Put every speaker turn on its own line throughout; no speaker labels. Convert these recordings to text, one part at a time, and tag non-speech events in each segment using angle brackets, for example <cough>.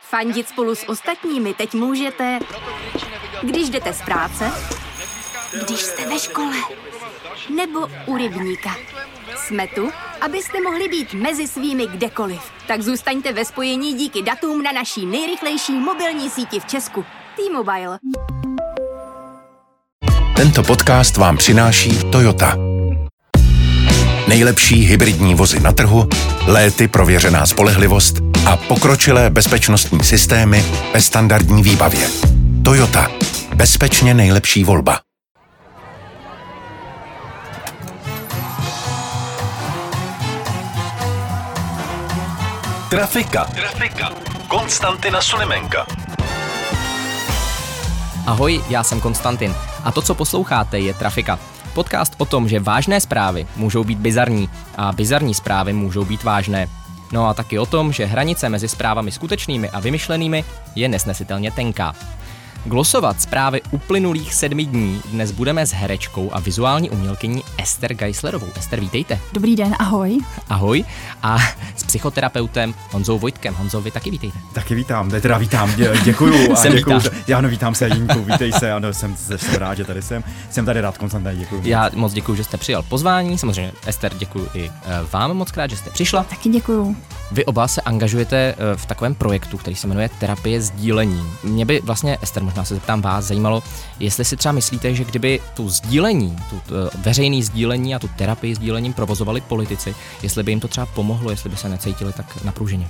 Fandit spolu s ostatními teď můžete, když jdete z práce, když jste ve škole nebo u rybníka. Jsme tu, abyste mohli být mezi svými kdekoliv. Tak zůstaňte ve spojení díky datům na naší nejrychlejší mobilní síti v Česku. T-Mobile.
Tento podcast vám přináší Toyota. Nejlepší hybridní vozy na trhu, léty prověřená spolehlivost a pokročilé bezpečnostní systémy ve standardní výbavě. Toyota. Bezpečně nejlepší volba. Trafika. Trafika. Konstantina Sulimenka.
Ahoj, já jsem Konstantin a to, co posloucháte, je Trafika. Podcast o tom, že vážné zprávy můžou být bizarní a bizarní zprávy můžou být vážné. No a taky o tom, že hranice mezi zprávami skutečnými a vymyšlenými je nesnesitelně tenká. Glosovat zprávy uplynulých sedmi dní dnes budeme s herečkou a vizuální umělkyní Ester Geislerovou. Ester, vítejte.
Dobrý den, ahoj.
Ahoj. A s psychoterapeutem Honzou Vojtkem. Honzo, vy taky vítejte.
Taky vítám, ne, teda vítám, dě, děkuju.
Jsem
děkuju.
vítám.
Já ano, vítám se, Jínku, vítej se, ano, jsem, jsem rád, že tady jsem. Jsem tady rád, Konstantin, děkuju.
Já moc děkuji, že jste přijal pozvání. Samozřejmě, Ester, děkuji i eh, vám moc krát, že jste přišla.
Taky děkuju.
Vy oba se angažujete eh, v takovém projektu, který se jmenuje Terapie sdílení. Mě by vlastně, Ester, možná se zeptám vás, zajímalo, jestli si třeba myslíte, že kdyby tu sdílení, tu eh, veřejný sdílení a tu terapii sdílením provozovali politici, jestli by jim to třeba pomohlo, jestli by se necítili tak napruženě.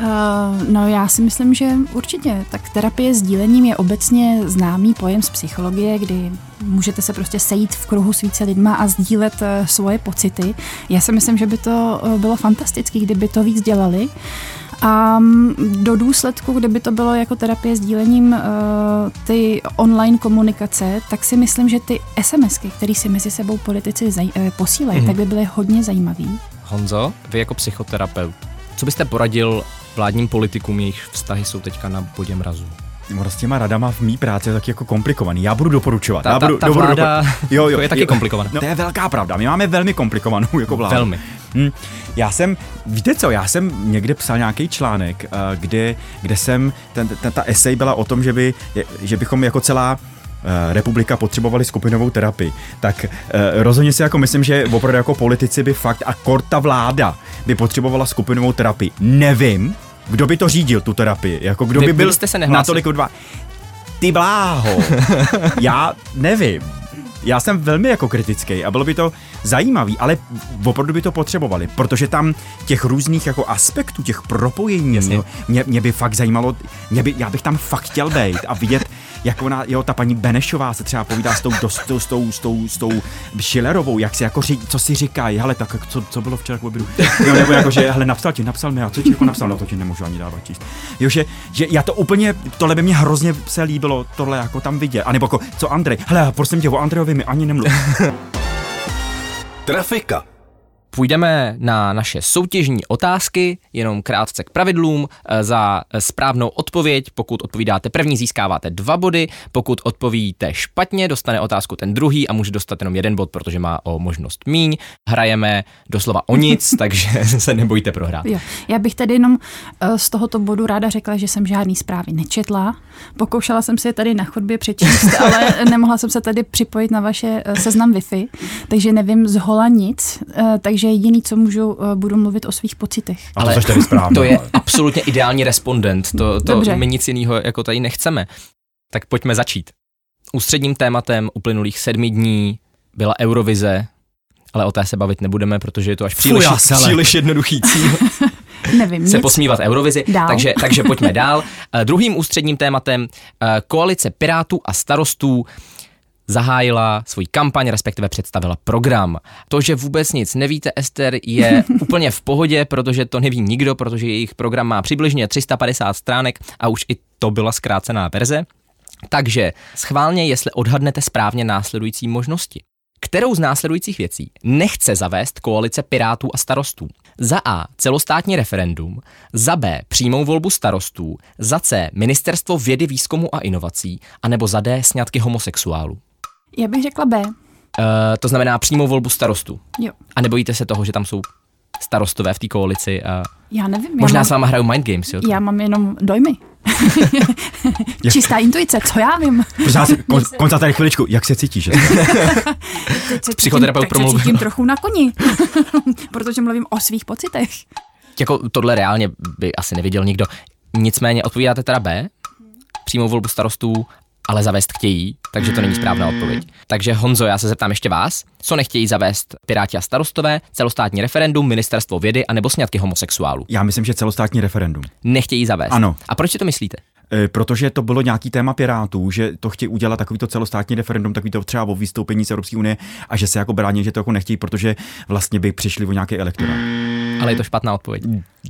Uh, no já si myslím, že určitě. Tak terapie sdílením je obecně známý pojem z psychologie, kdy můžete se prostě sejít v kruhu s více lidma a sdílet eh, svoje pocity. Já si myslím, že by to eh, bylo fantastické, kdyby to víc dělali. A mm, do důsledku, kdyby to bylo jako terapie sdílením eh, ty online komunikace, tak si myslím, že ty SMSky, které si mezi sebou politici zaj- eh, posílají,
Mhm.
tak by byly hodně zajímavý.
Honzo, vy jako psychoterapeut, co byste poradil vládním politikům, jejich vztahy jsou teďka na bodě mrazu?
Ono s těma radama v mý práci je taky jako komplikovaný. Já budu doporučovat.
Ta-
já
ta-
budu,
ta
doporu-
vláda-
doporu- jo, jo,
to <laughs> je taky
jo.
komplikované.
No, to je velká pravda. My máme velmi komplikovanou jako vládu.
Velmi.
Hm. Já jsem, víte co, já jsem někde psal nějaký článek, eh, kde, kde jsem, ten, ten, ta esej byla o tom, že, by, je- že bychom jako celá eh, republika potřebovali skupinovou terapii, tak eh, rozhodně si jako myslím, že opravdu jako politici by fakt a korta vláda by potřebovala skupinovou terapii. Nevím, kdo by to řídil, tu terapii, jako kdo
Vy-
by
vy
byl
byste se nehlásil.
natolik odvá... Ty bláho, já nevím. Já jsem velmi jako kritický a bylo by to zajímavý, ale opravdu by to potřebovali, protože tam těch různých jako aspektů, těch propojení,
Jasně.
jo, mě, mě, by fakt zajímalo, mě by, já bych tam fakt chtěl být a vidět, jak ona, jo, ta paní Benešová se třeba povídá s tou, dos, tou, s tou, s tou, s tou Schillerovou, jak si jako ří, co si říká, hele, tak co, co bylo včera k obědu, jo, nebo jako, že, hele, napsal ti, napsal mi, a co ti jako napsal, no to ti nemůžu ani dávat číst, jo, že, že já to úplně, tohle by mě hrozně se líbilo, tohle jako tam vidět, a nebo jako, co Andrej, hele, prosím tě, o Andrejovi mi ani nemluv,
Trafika.
Půjdeme na naše soutěžní otázky, jenom krátce k pravidlům. Eh, Za eh, správnou odpověď, pokud odpovídáte první, získáváte dva body, pokud odpovíte špatně, dostane otázku ten druhý a může dostat jenom jeden bod, protože má o možnost míň. Hrajeme doslova o nic, <laughs> takže se nebojte prohrát.
Jo. Já bych tady jenom eh, z tohoto bodu ráda řekla, že jsem žádný zprávy nečetla. Pokoušela jsem si je tady na
<laughs>
chodbě přečíst, ale nemohla jsem se tady připojit na vaše eh, seznam Wi-Fi, takže nevím z hola nic, eh, takže jediný, co můžu, eh, budu mluvit o svých pocitech.
a to seš tady správně.
to je absolutně ideální respondent, to, to
Dobře.
my nic jiného jako tady nechceme. Tak pojďme začít. Ústředním tématem uplynulých sedmi dní byla Eurovize, ale o té se bavit nebudeme, protože je to až příliš,
jasele.
příliš jednoduchý cíl
Nevím
se
nic.
posmívat Eurovizi,
Dál. <laughs>
takže, takže pojďme dál. Eh, Druhým ústředním tématem eh, koalice Pirátů a starostů zahájila svoji kampaň, respektive představila program. To, že vůbec nic nevíte, Ester,
<laughs>
je úplně v pohodě, protože to neví nikdo, protože jejich program má přibližně 350 stránek a už i to byla zkrácená verze. Takže schválně, jestli odhadnete správně následující možnosti. Kterou z následujících věcí nechce zavést koalice Pirátů a starostů? Za A. Celostátní referendum, za B. Přímou volbu starostů, za C. Ministerstvo vědy, výzkumu a inovací, anebo za D. Sňatky homosexuálů.
Já bych řekla B.
E, to znamená přímou volbu starostů.
Jo.
A nebojíte se toho, že tam jsou starostové v té koalici. A
Já nevím.
možná
já
s
mám,
váma hrajou mind games, jo?
já mám jenom
<laughs>
dojmy. Čistá intuice, co já vím.
Prosím vás, kon, konca tady chviličku, jak se cítíš?
Teď se
Psychoterapeut
cítím, tak se
promluvil.
cítím trochu na koni, <laughs> protože mluvím o svých pocitech.
Jako tohle reálně by asi neviděl nikdo. Nicméně odpovídáte teda B, přímou volbu starostů, ale zavést chtějí, takže to není správná odpověď. Takže Honzo, já se zeptám ještě vás, co nechtějí zavést Piráti a starostové, celostátní referendum, ministerstvo vědy a nebo sňatky homosexuálů.
Já myslím, že celostátní referendum.
Nechtějí zavést.
Ano.
A proč si to myslíte?
E, protože to bylo nějaký téma Pirátů, že to chtějí udělat takovýto celostátní referendum, takovýto třeba o vystoupení z Evropské unie a že se jako brání, že to jako nechtějí, protože vlastně by přišli o nějaký elektorát.
Ale je to špatná odpověď.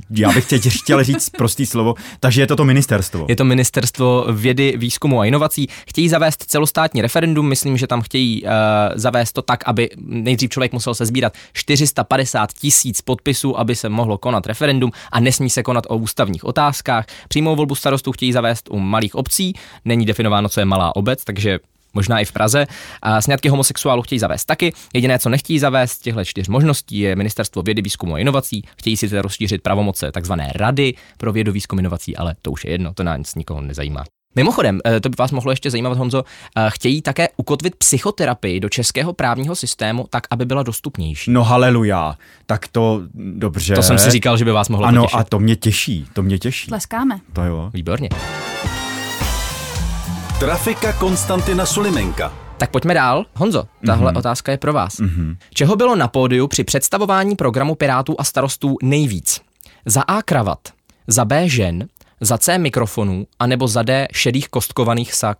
Já bych teď chtěl říct prostý slovo, takže je to to ministerstvo.
Je to ministerstvo vědy, výzkumu a inovací. Chtějí zavést celostátní referendum, myslím, že tam chtějí uh, zavést to tak, aby nejdřív člověk musel se sbírat 450 tisíc podpisů, aby se mohlo konat referendum a nesmí se konat o ústavních otázkách. Přímou volbu starostů chtějí zavést u malých obcí, není definováno, co je malá obec, takže možná i v Praze. A sňatky homosexuálů chtějí zavést taky. Jediné, co nechtějí zavést z těchto čtyř možností, je Ministerstvo vědy, výzkumu a inovací. Chtějí si teda rozšířit pravomoce tzv. rady pro vědu, výzkum, inovací, ale to už je jedno, to nás nikoho nezajímá. Mimochodem, eh, to by vás mohlo ještě zajímat, Honzo, eh, chtějí také ukotvit psychoterapii do českého právního systému tak, aby byla dostupnější.
No haleluja, tak to mm, dobře.
To jsem si říkal, že by vás mohlo
Ano,
potěšit.
a to mě těší, to mě těší.
Tleskáme.
To jo.
Výborně.
Trafika Konstantina Sulimenka. Mhm.
Tak pojďme dál. Honzo, tahle mm-hmm. otázka je pro vás. Mm-hmm. Čeho bylo na pódiu při představování programu Pirátů a starostů nejvíc? Za A kravat, za B žen, za C mikrofonů, anebo za D šedých kostkovaných sak?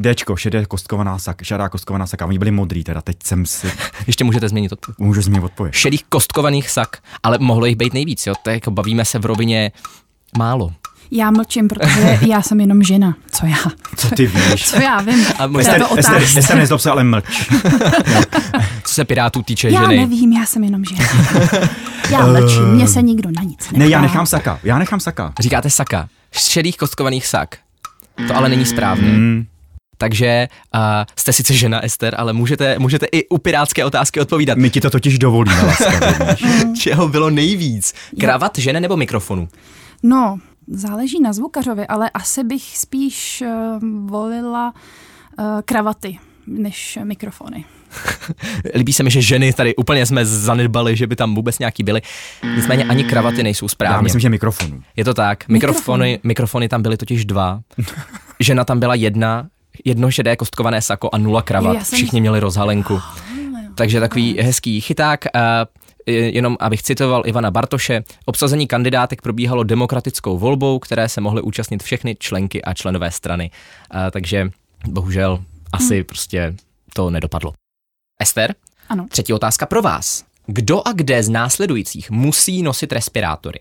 <laughs>
Dčko, šedé kostkovaná sak, šedá kostkovaná saka. Oni byli modrý, teda teď jsem si,
Ještě můžete změnit odpověď.
můžu změnit odpověď.
Šedých kostkovaných sak, ale mohlo jich být nejvíc, jo? To je jako bavíme se v rovině málo.
Já mlčím,
<laughs>
protože já jsem jenom žena. Co já?
Co ty víš?
Co já vím?
A
To
Ester-
je
Ester,
to
Ester,
otázka.
Ester, nezlob se, ale mlč.
Co se Pirátů týče
Já
ženy,
nevím, já jsem jenom
<laughs>
žena. Já mlčím, mě se nikdo na nic neptá.
Eh, Ne, já nechám saka, já nechám saka.
říkáte saka. Šedých kostkovaných sak. To ale není správně.
Mm,
Takže uh, jste sice žena, Ester, ale můžete, můžete i u pirátské otázky odpovídat.
my ti to totiž <laughs> dovolíme, laskavě, víš.
Čeho bylo nejvíc? Kravat, žene nebo mikrofonu?
No, záleží na zvukařovi, ale asi bych spíš eh, volila eh, kravaty než mikrofony.
Líbí se mi, že ženy tady úplně jsme zanedbali, že by tam vůbec nějaký byly. Nicméně ani kravaty nejsou
Já
správně.
myslím, že mikrofonu.
Je to tak. Mikrofony, mikrofony tam byly totiž dva. Žena tam byla jedna, jedno šedé kostkované sako a nula kravat.
Já jsem-
Všichni měli rozhalenku. Takže takový hezký chyták. A jenom abych citoval Ivana Bartoše, obsazení kandidátek probíhalo demokratickou volbou, které se mohly účastnit všechny členky a členové strany. A, takže bohužel asi prostě to nedopadlo. Ester,
Ano.
třetí otázka pro vás. Kdo a kde z následujících musí nosit respirátory?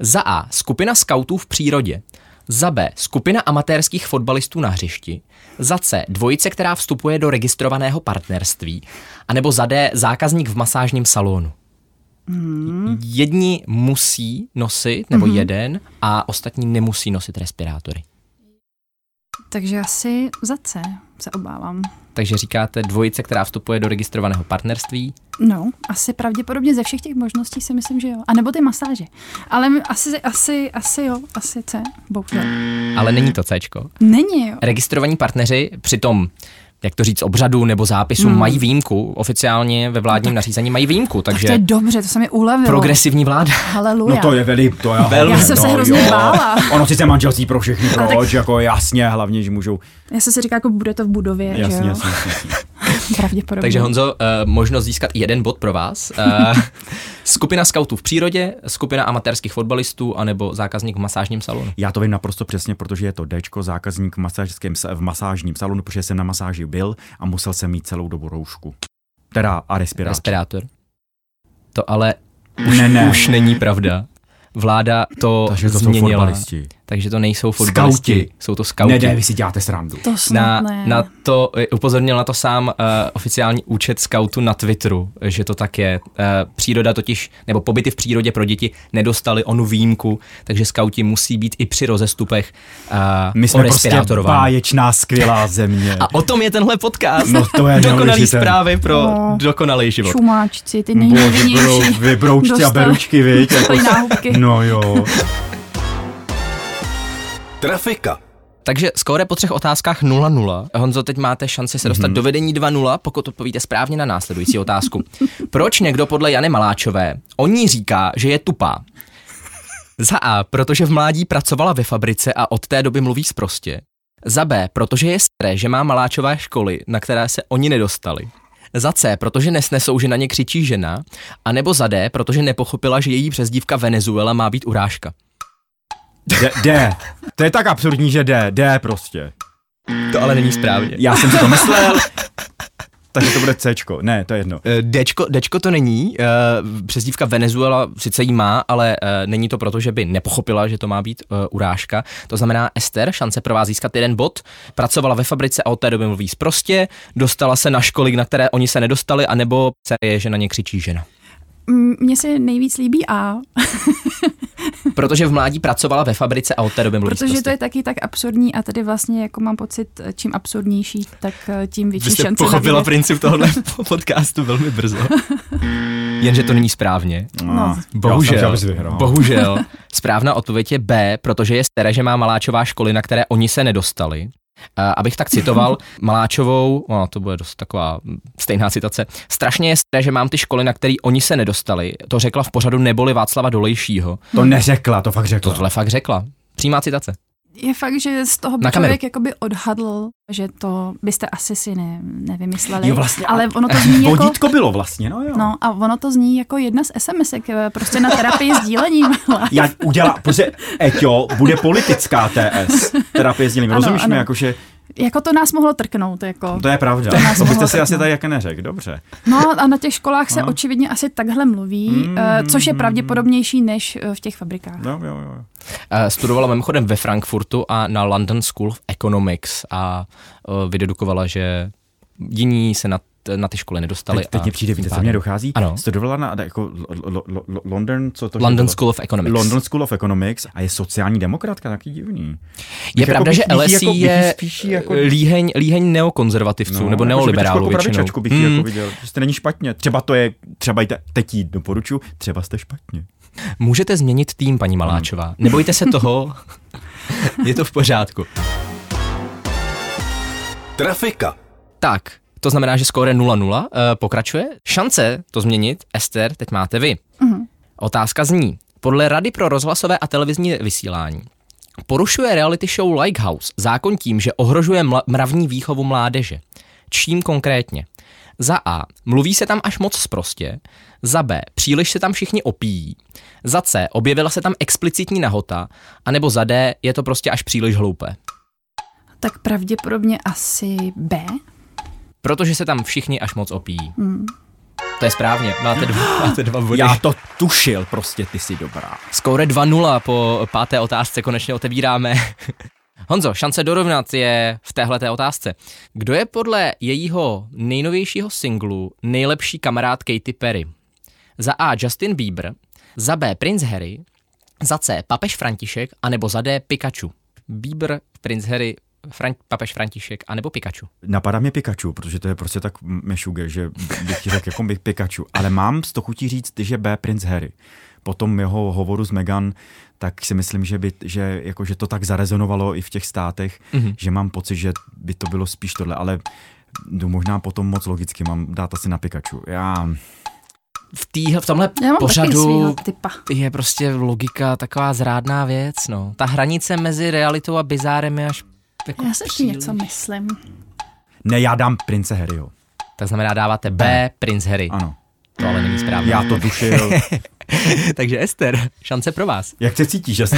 Za A. Skupina skautů v přírodě. Za B. Skupina amatérských fotbalistů na hřišti. Za C. Dvojice, která vstupuje do registrovaného partnerství. A nebo za D. Zákazník v masážním salonu.
Hmm.
Jedni musí nosit, nebo
Mhm.
jeden, a ostatní nemusí nosit respirátory.
Takže asi za C se obávám.
Takže říkáte dvojice, která vstupuje do registrovaného partnerství.
No, asi pravděpodobně ze všech těch možností si myslím, že jo. A nebo ty masáže. Ale m- asi, asi, asi jo, asi C, bohužel.
Ale není to Cčko.
Není jo.
registrovaní partneři přitom jak to říct, obřadu nebo zápisu hmm. mají výjimku. Oficiálně ve vládním nařízení mají výjimku,
No Tak
takže
to je dobře, to se mi ulevilo.
progresivní vláda.
Haleluja.
No to je velmi, to je
Já jsem se hrozně bála.
Ono sice manželství pro všechny,
Ale tak-
proč, jako jasně, hlavně, že můžou.
Já jsem si říkala, jako bude to v budově, že
Jasně,
jo.
jasně, jasně. jasně.
<laughs> Pravděpodobně.
Takže Honzo, uh, možnost získat i jeden bod pro vás.
<laughs>
Uh, skupina skautů v přírodě, skupina amatérských fotbalistů anebo zákazník v masážním salonu.
Já to vím naprosto přesně, protože je to Dčko, zákazník v, masážském, sa- v masážním salonu, protože jsem na masáži byl a musel jsem mít celou dobu roušku. Teda a respirátor.
Respirátor. To ale
ne, ne.
už není pravda. Vláda to
Takže to jsou
změnila.
fotbalisti.
takže to nejsou fotbalisti.
Skauti.
Jsou to skauti.
Ne, ne, vy si děláte srandu.
To
Na,
snad ne.
na to eh, upozornil na to sám uh, oficiální účet skautu na Twitteru, že to tak je. Uh, příroda totiž, nebo pobyty v přírodě pro děti nedostali onu výjimku, takže skauti musí být i při rozestupech uh,
My jsme prostě
orespirátorováni.
báječná, skvělá <laughs> země.
A o tom je tenhle podcast.
No to
<laughs>
je
Dokonalý
neuvěřitelné.
zprávy pro
No.
dokonalý život.
Šumáčci, ty
Bože,
nejnovější.
budou vybroučci a
Dostali-
beručky, viď? Jako,
dostali náhubky.
no jo.
Trafika.
Takže skóre po třech otázkách 0-0. Honzo, teď máte šanci se dostat mm-hmm. do vedení 2-0, pokud odpovíte správně na následující otázku. Proč někdo podle Jany Maláčové o ní říká, že je tupá? Za A, protože v mládí pracovala ve fabrice a od té doby mluví sprostě. Za B, protože je staré, že má Maláčová školy, na které se oni nedostali. Za C, protože nesnesou, že na ně křičí žena. A nebo za D, protože nepochopila, že její přezdívka Venezuela má být urážka.
D, D. To je tak absurdní, že D. D prostě.
To ale není správně.
Já jsem si to myslel. Takže to bude Cčko. Ne, to je jedno.
Eh, Dečko, dečko to není, eh, přezdívka Venezuela sice jí má, ale eh, není to proto, že by nepochopila, že to má být eh, urážka. To znamená, Ester, šance pro vás získat jeden bod, pracovala ve fabrice a od té doby mluví prostě, dostala se na školy, na které oni se nedostali, anebo se je, že na ně křičí
<laughs>
žena.
M- Mně se nejvíc líbí A,
Prostě.
Protože v mládí pracovala ve fabrice a od té doby mluví
<laughs> protože
prostě.
to je taky tak absurdní a tady vlastně jako mám pocit, čím absurdnější, tak eh, tím
Vy
větší
jste
šance. na
pochopila
výhru.
princip tohohle <laughs> podcastu velmi brzo. Jenže to není správně.
<laughs> No,
Bohužel,
Já jsem vyhrál.
bohužel.
<laughs>
Správná odpověď je B, protože je staré, že má Maláčová školy, na které oni se nedostali. A Abych tak
<laughs>
citoval Maláčovou, no, to bude dost taková mm, stejná citace. Strašně je staré, že mám ty školy, na které oni se nedostali. To řekla v pořadu Neboli Václava Dolejšího.
To
Hmm.
neřekla, to fakt řekla.
Tohle fakt řekla. Přímá citace.
Je fakt, že z toho by
Na kameru.
člověk jakoby odhadl, že to byste asi si ne, nevymysleli.
Jo, vlastně,
ale ono to
<laughs>
zní jako...
Vodítko bylo vlastně, no jo.
No a ono to zní jako jedna z SMSek, eh, prostě na terapii sdílením.
Já udělá, protože Eťo bude politická TS, terapie s dělím.
Ano,
Rozumíš mi,
ano.
jakože
jako to nás mohlo trknout, jako.
to je pravda.
To nás
To byste
mohlo
si asi
trknout.
tady jak neřekl, dobře.
No a na těch školách se
Ano.
očividně asi takhle mluví, mm, což je pravděpodobnější než eh, v těch fabrikách.
No, jo, jo. jo.
Eh, Studovala mimochodem ve Frankfurtu a na London School of Economics a eh, vydedukovala, že jiní se na, t- na ty školy nedostali.
Teď, teď
a
mě přijde,
tím
víte, co
pádem-
mě dochází?
Ano.
Studovala na na jako lo- lo- lo- London, co to že
London
bylo?
School of Economics.
London School of Economics a je sociální demokratka, taky divný.
Je pravda,
bych-
že
bych
LSI
jí jako- bych jí
je
spíš jí jako- No,
líheň, líheň neokonzervativců nebo neoliberálů
jako, že by
většinou.
trošku pravičačku bych hmm. jako viděl, že jste není špatně. Třeba to je, třeba i te, teď jí doporučuji, třeba jste špatně.
Můžete změnit tým, paní Maláčová.
Hmm.
Nebojte
<laughs>
se toho, je to v pořádku.
Trafika.
Tak, to znamená, že skóre 0-0 eh, pokračuje. Šance to změnit, Ester, teď máte vy. Otázka zní. Podle Rady pro rozhlasové a televizní vysílání porušuje reality show Likehouse zákon tím, že ohrožuje mla- mravní výchovu mládeže. Čím konkrétně? Za A. Mluví se tam až moc sprostě. Za B. Příliš se tam všichni opíjí. Za C. Objevila se tam explicitní nahota. A nebo za D. Je to prostě až příliš hloupé.
Tak pravděpodobně asi B.
Protože se tam všichni až moc opíjí. To je správně, máte
<gasps>
dva, máte dva body.
Já to tušil, prostě ty jsi dobrá.
Skóre 2-0 po páté otázce konečně otevíráme. <laughs> Honzo, šance dorovnat je v téhleté otázce. Kdo je podle jejího nejnovějšího singlu nejlepší kamarád Katy Perry? Za A Justin Bieber, za B Prince Harry, za C papež František, anebo za D Pikachu. Bieber, Prince Harry, Fran- papež František, anebo Pikachu.
Napadá mě Pikachu, protože to je prostě tak mešuge, že bych ti řekl jako bych Pikachu. Ale mám z toho chutí říct, že B. Prince Harry. Po tom jeho hovoru s Megan, tak si myslím, že, by, že, jako, že to tak zarezonovalo i v těch státech, mm-hmm. že mám pocit, že by to bylo spíš tohle, ale jdu možná potom moc logicky, mám dát asi na Pikachu. Já,
V, týhle, v tomhle
Já mám taky svýho
pořadu
typa.
je prostě logika taková zrádná věc, no. Ta hranice mezi realitou a bizárem je až jako
Já se ještě
příliš-
něco myslím.
ne, já dám Prince Harryho.
Tak znamená dáváte B, Prince Harry.
Ano,
To ale není správně.
já to dušil.
<laughs> Takže Ester, šance pro vás.
Jak se cítíš, že jsi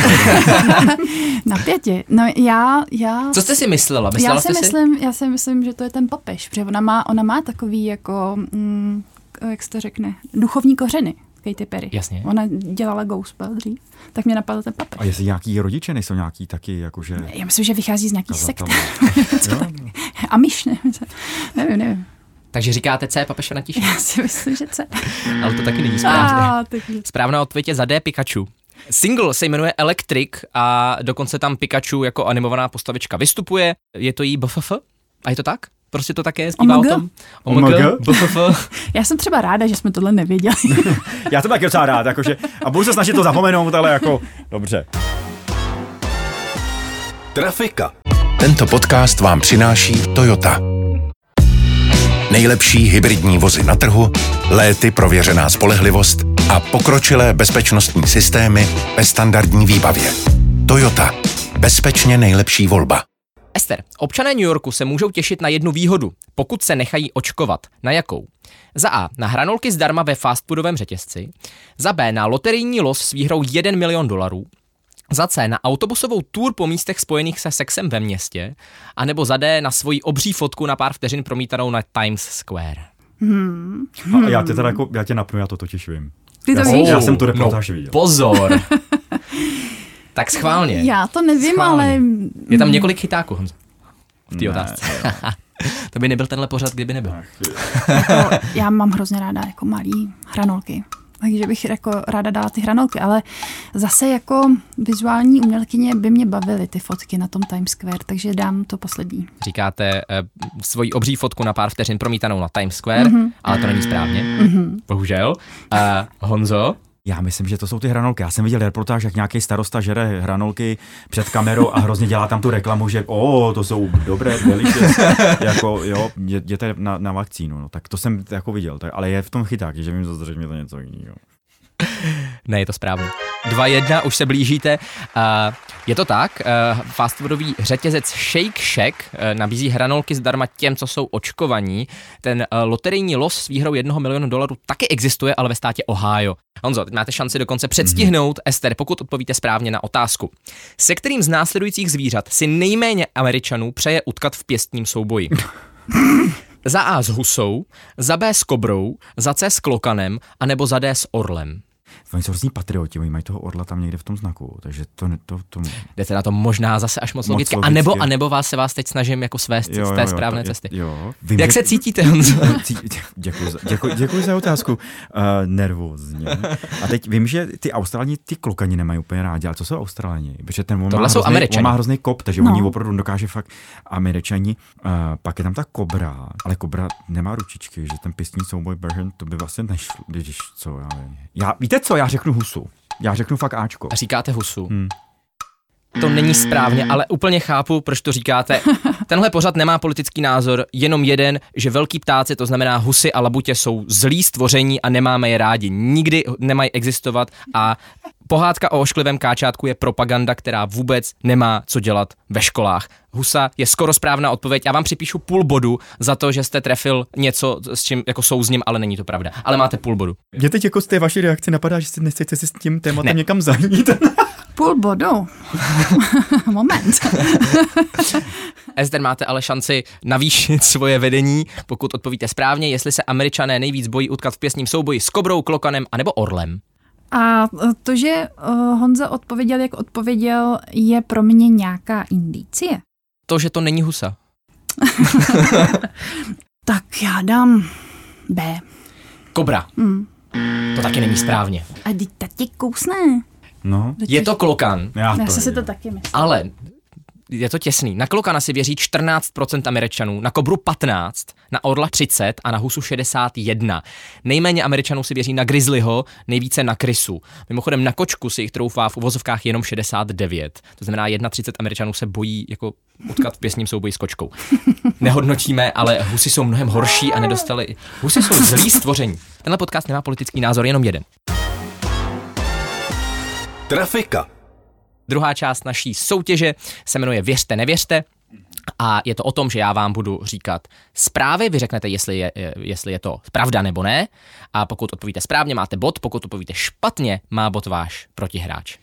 Na pěti. No já, já...
Co jste si myslela? Myslela
já si
jste
myslím, já si myslím, že to je ten papež, protože ona má, ona má takový jako, mm, jak se to řekne, duchovní kořeny. Katy Perry.
Jasně.
Ona dělala Ghostbell dřív. Tak mě napadl ten
A
papír.
jestli nějaký rodiče nejsou nějaký taky, jakože...
Já myslím, že vychází z
No,
nějakých sekt.
kazatelé.
<laughs> Co tak? A myš, <laughs> nevím, co- nevím, nevím.
Takže říkáte C, papež František,
Já si myslím, že
<laughs>
co.
ale to
<laughs>
taky není správné.
A, tak
Správná odpověď je za D Pikachu. Single se jmenuje Electric a dokonce tam Pikachu jako animovaná postavička vystupuje. Je to jí BFF? A je to tak? Prostě to také zpívá
OMG.
o tom?
OMG?
BFF.
já jsem třeba ráda, že jsme tohle nevěděli. <laughs>
Já to taky docela rád, jakože, a budu se snažit to zapomenout, ale jako, dobře.
Trafika. Tento podcast vám přináší Toyota. Nejlepší hybridní vozy na trhu, léty prověřená spolehlivost a pokročilé bezpečnostní systémy ve standardní výbavě. Toyota. Bezpečně nejlepší volba.
Ester, občané New Yorku se můžou těšit na jednu výhodu, pokud se nechají očkovat. Na jakou? Za A. Na hranolky zdarma ve fastfoodovém řetězci. Za B. Na loterijní los s výhrou 1 milion dolarů. Za C. Na autobusovou tour po místech spojených se sexem ve městě. A nebo za D. Na svoji obří fotku na pár vteřin promítanou na Times Square.
A já tě teda jako, já tě napnu, já to totiž vím.
Ty
já,
to
jsem-
víš?
já jsem tu reportáž viděl.
Oh, no, Pozor! tak schválně.
Já to nevím,
Schválně.
ale
Je tam několik chytáků, Honzo. V té otázce. <laughs> to by nebyl tenhle pořad, kdyby nebyl.
jako, já mám hrozně ráda jako malý hranolky. Takže bych jako ráda dala ty hranolky, ale zase jako vizuální umělkyně by mě bavily ty fotky na tom Times Square, takže dám to poslední.
říkáte eh, svoji obří fotku na pár vteřin promítanou na Times Square, mm-hmm. ale to není správně. Mm-hmm. Bohužel. Eh, Honzo,
Já myslím, že to jsou ty hranolky. Já jsem viděl reportáž, jak nějaký starosta žere hranolky před kamerou a hrozně dělá tam tu reklamu, že o, to jsou dobré, delicious. jako, jo, jě- jděte na, na vakcínu. No, tak to jsem jako viděl, tak, ale je v tom chytáky, že vím, že zřejmě to něco jiného.
ne, je to správně. 2-1, už se blížíte. Eh, je to tak, eh, fastfoodový řetězec Shake Shack eh, nabízí hranolky zdarma těm, co jsou očkovaní. Ten eh, loterijní los s výhrou 1 milionu dolarů taky existuje, ale ve státě Ohio. Honzo, teď máte šanci dokonce předstihnout mm-hmm. Ester, pokud odpovíte správně na otázku. Se kterým z následujících zvířat si nejméně Američanů přeje utkat v pěstním souboji? Za A s husou, za B s kobrou, za C s klokanem, anebo za D s orlem.
Oni jsou hrozní patrioti, oni mají toho orla tam někde v tom znaku, takže to, ne- to, to
Jdete na to možná zase až moc,
Moc
logicky,
logicky.
a nebo, a nebo vás se vás teď snažím jako svést jo, z té správné
to-
cesty.
Jo, vím,
Jak
že-
se cítíte, Honzo?
<laughs> Cí- Děkuji za, děkuji, děkuji za otázku. Uh, nervózně. A teď vím, že ty Australani ty klokani nemají úplně rádi, ale co jsou Australani? Protože ten on
Tohle
má,
jsou
hrozný,
Američani.
on má hrozný kop, takže
No.
no. oni opravdu dokáže fakt Američani. Uh, pak je tam ta kobra, ale kobra nemá ručičky, že ten pěstní souboj Bergen, to by vlastně nešlo, když co, já nevím. Já, víte co, já řeknu husu. Já řeknu fakt Ačko.
A říkáte husu. Hmm. To není správně, ale úplně chápu, proč to říkáte. Tenhle pořad nemá politický názor, jenom jeden, že velký ptáci, to znamená husy a labutě, jsou zlí stvoření a nemáme je rádi. Nikdy nemají existovat a pohádka o ošklivém káčátku je propaganda, která vůbec nemá co dělat ve školách. Husa je skoro správná odpověď. Já vám připíšu půl bodu za to, že jste trefil něco, s čím jako souzním, ale není to pravda. Ale máte půl bodu.
Mě teď jako z té vaší reakce napadá, že si nechcete si s tím tématem
Ne.
někam zajít.
Půl bodu. <laughs> Moment.
Ester máte ale šanci navýšit <laughs> svoje vedení, pokud odpovíte správně, jestli se američané nejvíc bojí utkat v pěsním souboji s kobrou, klokanem anebo orlem.
A to, že eh, Honza odpověděl, jak odpověděl, je pro mě nějaká indicie.
To, že to není husa.
Tak já dám B.
Kobra.
Mm.
To taky není správně.
A teď ta tě kousne.
No,
Teď
Je to klokan,
já,
Já
to
jsem si
vím.
to taky myslím.
ale je to těsný. Na klokana si věří 14% Američanů, na kobru 15, na orla 30 a na husu 61. Nejméně Američanů si věří na grizzlyho, nejvíce na krysu. Mimochodem na kočku si jich troufá v uvozovkách jenom 69. To znamená 31 Američanů se bojí jako utkat v pěsním souboji s kočkou. Nehodnotíme, ale husy jsou mnohem horší a nedostali... Husy jsou zlí stvoření. Tenhle podcast nemá politický názor, jenom jeden.
Trafika.
Druhá část naší soutěže se jmenuje Věřte, nevěřte. A je to o tom, že já vám budu říkat zprávy, vy řeknete, jestli je, je- jestli je to pravda nebo ne. A pokud odpovíte správně, máte bod, pokud odpovíte špatně, má bod váš protihráč.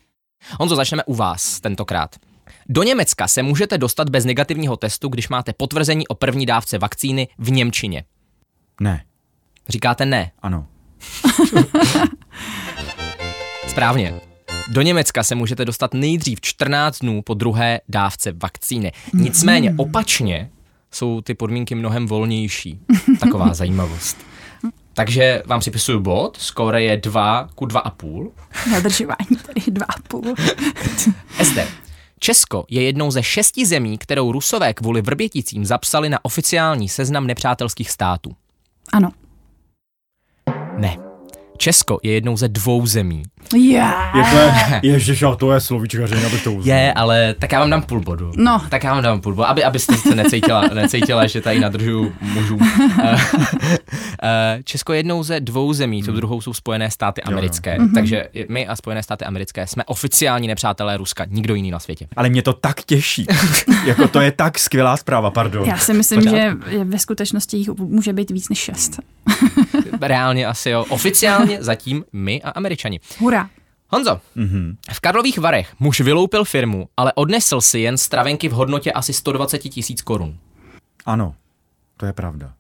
Honzo, začneme u vás tentokrát. Do Německa se můžete dostat bez negativního testu, když máte potvrzení o první dávce vakcíny v Němčině.
Ne,
Říkáte ne.
ano.
Správně. Do Německa se můžete dostat nejdřív 14 dnů po druhé dávce vakcíny. Nicméně opačně jsou ty podmínky mnohem volnější. Taková zajímavost. Takže vám připisuju bod, skóre je 2 ku 2,5.
Nadržování tady dva a půl. <laughs>
Ester, Česko je jednou ze šesti zemí, kterou rusové kvůli vrběticím zapsali na oficiální seznam nepřátelských států.
Ano.
Ne. Česko je jednou ze dvou zemí.
Yeah.
Je to, ježiš, a to je slovíčkařina, abych to uznal.
Ah. Je, ale tak já vám dám půl bodu.
No.
Tak já vám dám půl bodu, aby, abyste se necítila, necítila že tady nadržuju mužům. Eh, eh, Česko je jednou ze dvou zemí, co druhou jsou Spojené státy americké. Takže my a Spojené státy americké jsme oficiální nepřátelé Ruska, nikdo jiný na světě.
Ale mě to tak těší. <laughs> jako to je tak skvělá zpráva, pardon.
Já si myslím,
Pořád.
že je- ve skutečnosti jich může být víc než šest.
Reálně asi jo. Oficiálně zatím my a američani.
Hurá.
Honzo, mm-hmm. v Karlových Varech muž vyloupil firmu, ale odnesl si jen stravenky v hodnotě asi 120 tisíc korun.
Ano, to je pravda.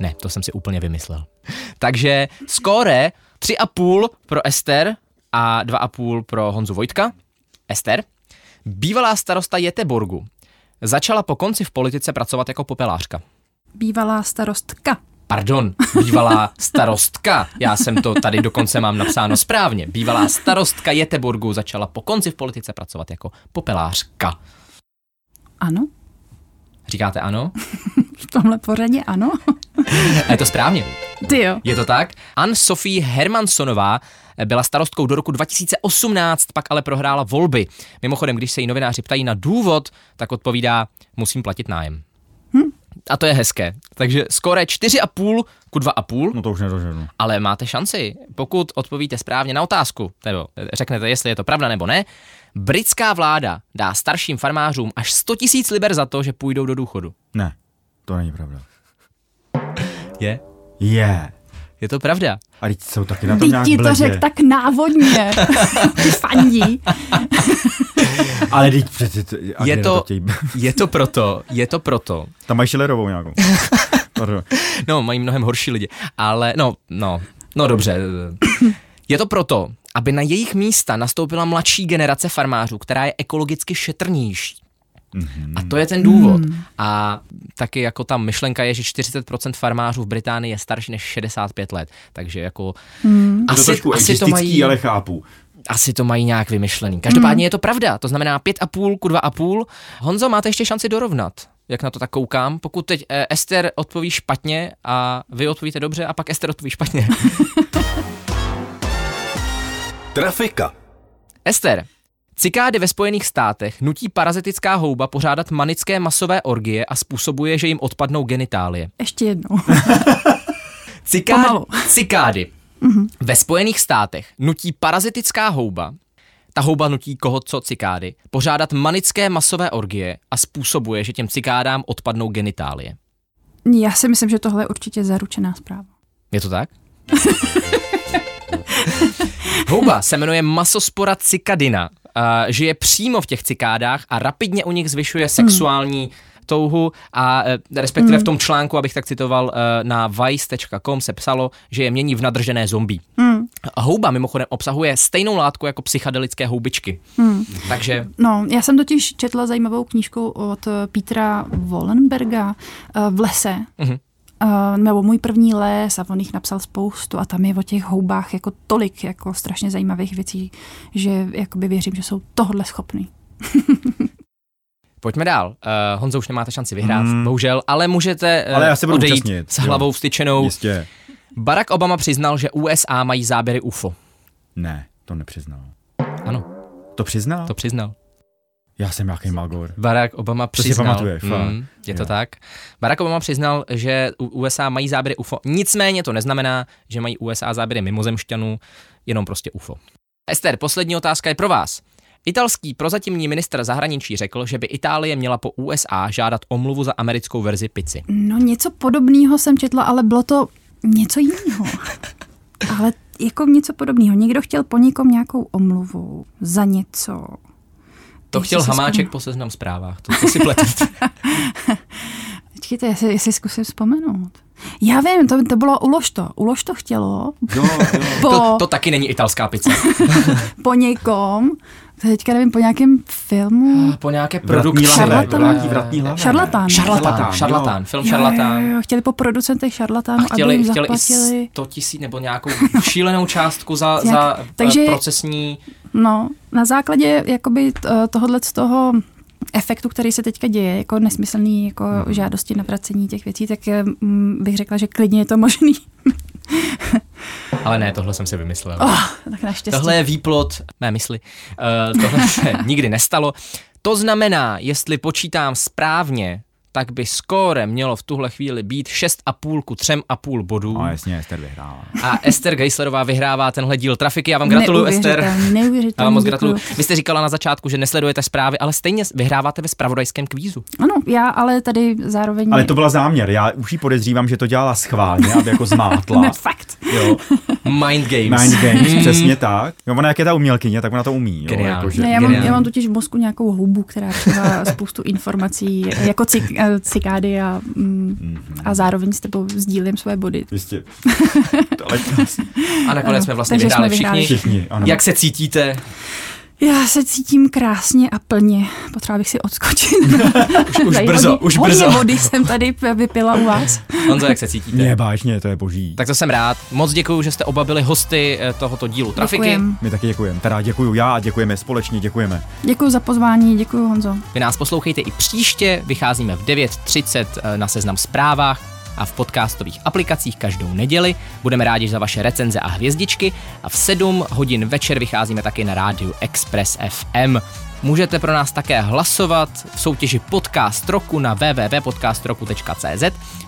Ne, to jsem si úplně vymyslel. Takže skóre 3,5 pro Ester a 2,5 pro Honzu Vojtka. Ester, bývalá starosta Jeteborgu, začala po konci v politice pracovat jako popelářka.
Bývalá starostka.
Pardon, bývalá starostka. Já jsem to tady dokonce mám napsáno správně. Bývalá starostka Jeteborgu začala po konci v politice pracovat jako popelářka.
Ano.
Říkáte ano?
V tomhle pořadě ano. <laughs>
A Je to správně.
Ty jo.
Je to tak? Ann Sofie Hermansonová byla starostkou do roku 2018, pak ale prohrála volby. Mimochodem, když se jí novináři ptají na důvod, tak odpovídá, musím platit nájem. A to je hezké. Takže skóre 4,5 ku 2,5.
No to už nedoženu.
Ale máte šanci, pokud odpovíte správně na otázku, nebo řeknete, jestli je to pravda nebo ne. Britská vláda dá starším farmářům až 100 000 liber za to, že půjdou do důchodu.
Ne, to není pravda.
Je?
Je. Yeah.
Je to pravda.
A teď jsou taky na tom
Teď
nějak
ti to
blbě.
řekl tak návodně. Ty fandí.
Ale teď přeci... to- a
Je
kde
to-
to chtějí? <laughs>
Je to proto, je to proto.
Tam mají
<laughs>
šilerovou nějakou. Pardon.
No, mají mnohem horší lidi. Ale no, no, no dobře. Je to proto, aby na jejich místa nastoupila mladší generace farmářů, která je ekologicky šetrnější.
Mhm.
A to je ten důvod. A taky jako ta myšlenka je, že 40% farmářů v Británii je starší než 65 let. Takže jako
je to
asi,
trošku
asi, to
existický,
mají,
ale chápu.
asi to mají nějak vymyšlený. Každopádně je to pravda, to znamená 5,5 ku 2,5. Honzo, máte ještě šanci dorovnat, jak na to tak koukám. Pokud teď eh, Ester odpoví špatně a vy odpovíte dobře a pak Ester odpoví špatně.
Trafika.
Ester, cikády ve Spojených státech nutí parazitická houba pořádat manické masové orgie a způsobuje, že jim odpadnou genitálie.
Ještě jednou.
Cikády,
Pomalu.
cikády. Ve Spojených státech nutí parazitická houba, ta houba nutí koho co cikády, pořádat manické masové orgie a způsobuje, že těm cikádám odpadnou genitálie.
Já si myslím, že tohle je určitě zaručená zpráva.
Je to tak? Houba se jmenuje masospora cikadina. a žije přímo v těch cikádách a rapidně u nich zvyšuje sexuální touhu a eh, respektive v tom článku, abych tak citoval, eh, na vice.com se psalo, že je mění v nadržené zombí. Houba mimochodem obsahuje stejnou látku jako psychedelické houbičky. Takže
No, já jsem totiž četla zajímavou knížku od eh, Petra Wollenberga eh, v lese.
Mhm.
Eh, Nebo můj první les a on jich napsal spoustu a tam je o těch houbách jako tolik jako strašně zajímavých věcí, že jakoby věřím, že jsou tohle schopný.
Pojďme dál. Uh, Honzo, už nemáte šanci vyhrát, bohužel, ale můžete uh,
Hmm. Ale já se budu
odejít
účastnit,
s
jo.
hlavou vstyčenou.
Jistě.
Barack Obama přiznal, že USA mají záběry UFO.
Ne, to nepřiznal.
Ano,
To přiznal?
to přiznal.
Já jsem nějaký magor.
Barack Obama
si
přiznal.
pamatuješ,
mm,
fakt.
je to
Jo.
tak. Barack Obama přiznal, že u- USA mají záběry UFO. Nicméně to neznamená, že mají USA záběry mimozemšťanů, jenom prostě UFO. Ester, poslední otázka je pro vás. Italský prozatímní ministr zahraničí řekl, že by Itálie měla po USA žádat omluvu za americkou verzi pici.
No něco podobného jsem četla, ale bylo to něco jiného. Ale jako něco podobného. Někdo chtěl po někom nějakou omluvu za něco.
To
Ještě
chtěl
si
Hamáček
vzpomenu.
po seznam zprávách, to, to si pletete.
Počkejte, já si, já si zkusím vzpomenout. Já vím, to, to bylo ulož to. Ulož to chtělo
Jo, jo.
<laughs> <laughs> po,
To, to taky není italská pizza.
po někom, teďka nevím, po nějakém filmu.
Po nějaké
Vratný
produkci.
lahev,
Šarlatán.
vrátí vratný lahev.
Šarlatán.
Ah, Šarlatán,
Šarlatán,
šarlatán,
jo.
film šarlatán.
Jo, jo, jo, chtěli po producentech šarlatánů,
A chtěli,
aby No jim
chtěli i
zaplatili.
100 tisíc nebo nějakou šílenou částku za,
<laughs> Jak-
za Takže...
takže-
procesní.
No, na základě jakoby t- eh, tohohle z toho efektu, který se teďka děje, jako nesmyslný jako
Mhm.
žádosti na vracení těch věcí, tak eh, mm, bych řekla, že klidně je to možný. <laughs>
Ale ne, tohle jsem si vymyslel.
Oh, tak naštěstí.
Tohle je výplot mé mysli. Uh, tohle
<laughs>
se nikdy nestalo. To znamená, jestli počítám správně, tak by skóre mělo v tuhle chvíli být 6,5 ku 3,5 bodů.
No jasně, Ester vyhrála.
A Ester Geislerová vyhrává tenhle díl Trafiky. Já vám gratuluju, Ester.
Neuvěřitelný, neuvěřitelný,
Já vám moc
děkuju.
gratuluju. Vy jste říkala na začátku, že nesledujete zprávy, ale stejně vyhráváte ve spravodajském
<laughs>
kvízu.
Ano, já ale tady zároveň...
Ale to byla záměr, já už ji podezřívám, že to dělala schválně, aby jako
<laughs>
Ne,
zmátla.
fakt.
Jo,
Mind games.
Mind Games, přesně tak. Jo, ona jak je ta umělkyně, tak ona to umí. Jo,
Geniální.
jakože.
Ne, já, mám,
Geniální.
já mám totiž v mozku nějakou houbu, která
<laughs>
třeba spoustu informací, jako cik, eh, cikády a, mm,
Mhm.
a zároveň s tebou sdílím svoje body.
Jistě. <laughs> Ale krásně.
A nakonec
Ano,
jsme vlastně
takže
vyhráli
jsme vyhráli.
všichni.
Všichni, ano.
Jak se cítíte?
Já se cítím krásně a plně. Potřeba bych si odskočit. už,
už brzo, už
hodně
brzo.
vody jsem tady p- vypila u vás.
Honzo, jak se cítíte?
Ne, bážně, to je boží.
Tak to jsem rád. Moc děkuji, že jste oba byli hosty eh, tohoto dílu Trafiky.
Děkujem.
My taky děkujeme. Teda děkuju já a děkujeme společně, děkujeme.
Děkuji za pozvání, děkuji Honzo.
Vy nás poslouchejte i příště, vycházíme v 9.30 eh, na Seznam zprávách a v podcastových aplikacích každou neděli. Budeme rádi za vaše recenze a hvězdičky a v 7 hodin večer vycházíme taky na rádiu Express FM. Můžete pro nás také hlasovat v soutěži Podcast Roku na www.podcastroku.cz.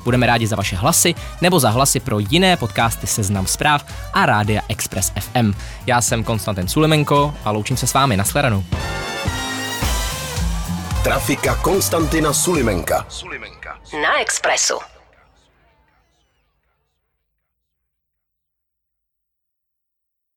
Budeme rádi za vaše hlasy nebo za hlasy pro jiné podcasty Seznam zpráv a Rádia Express FM. Já jsem Konstantin Sulimenko a loučím se s vámi. Nashledanou.
Trafika Konstantina Sulimenka. Sulimenka.
na Expressu.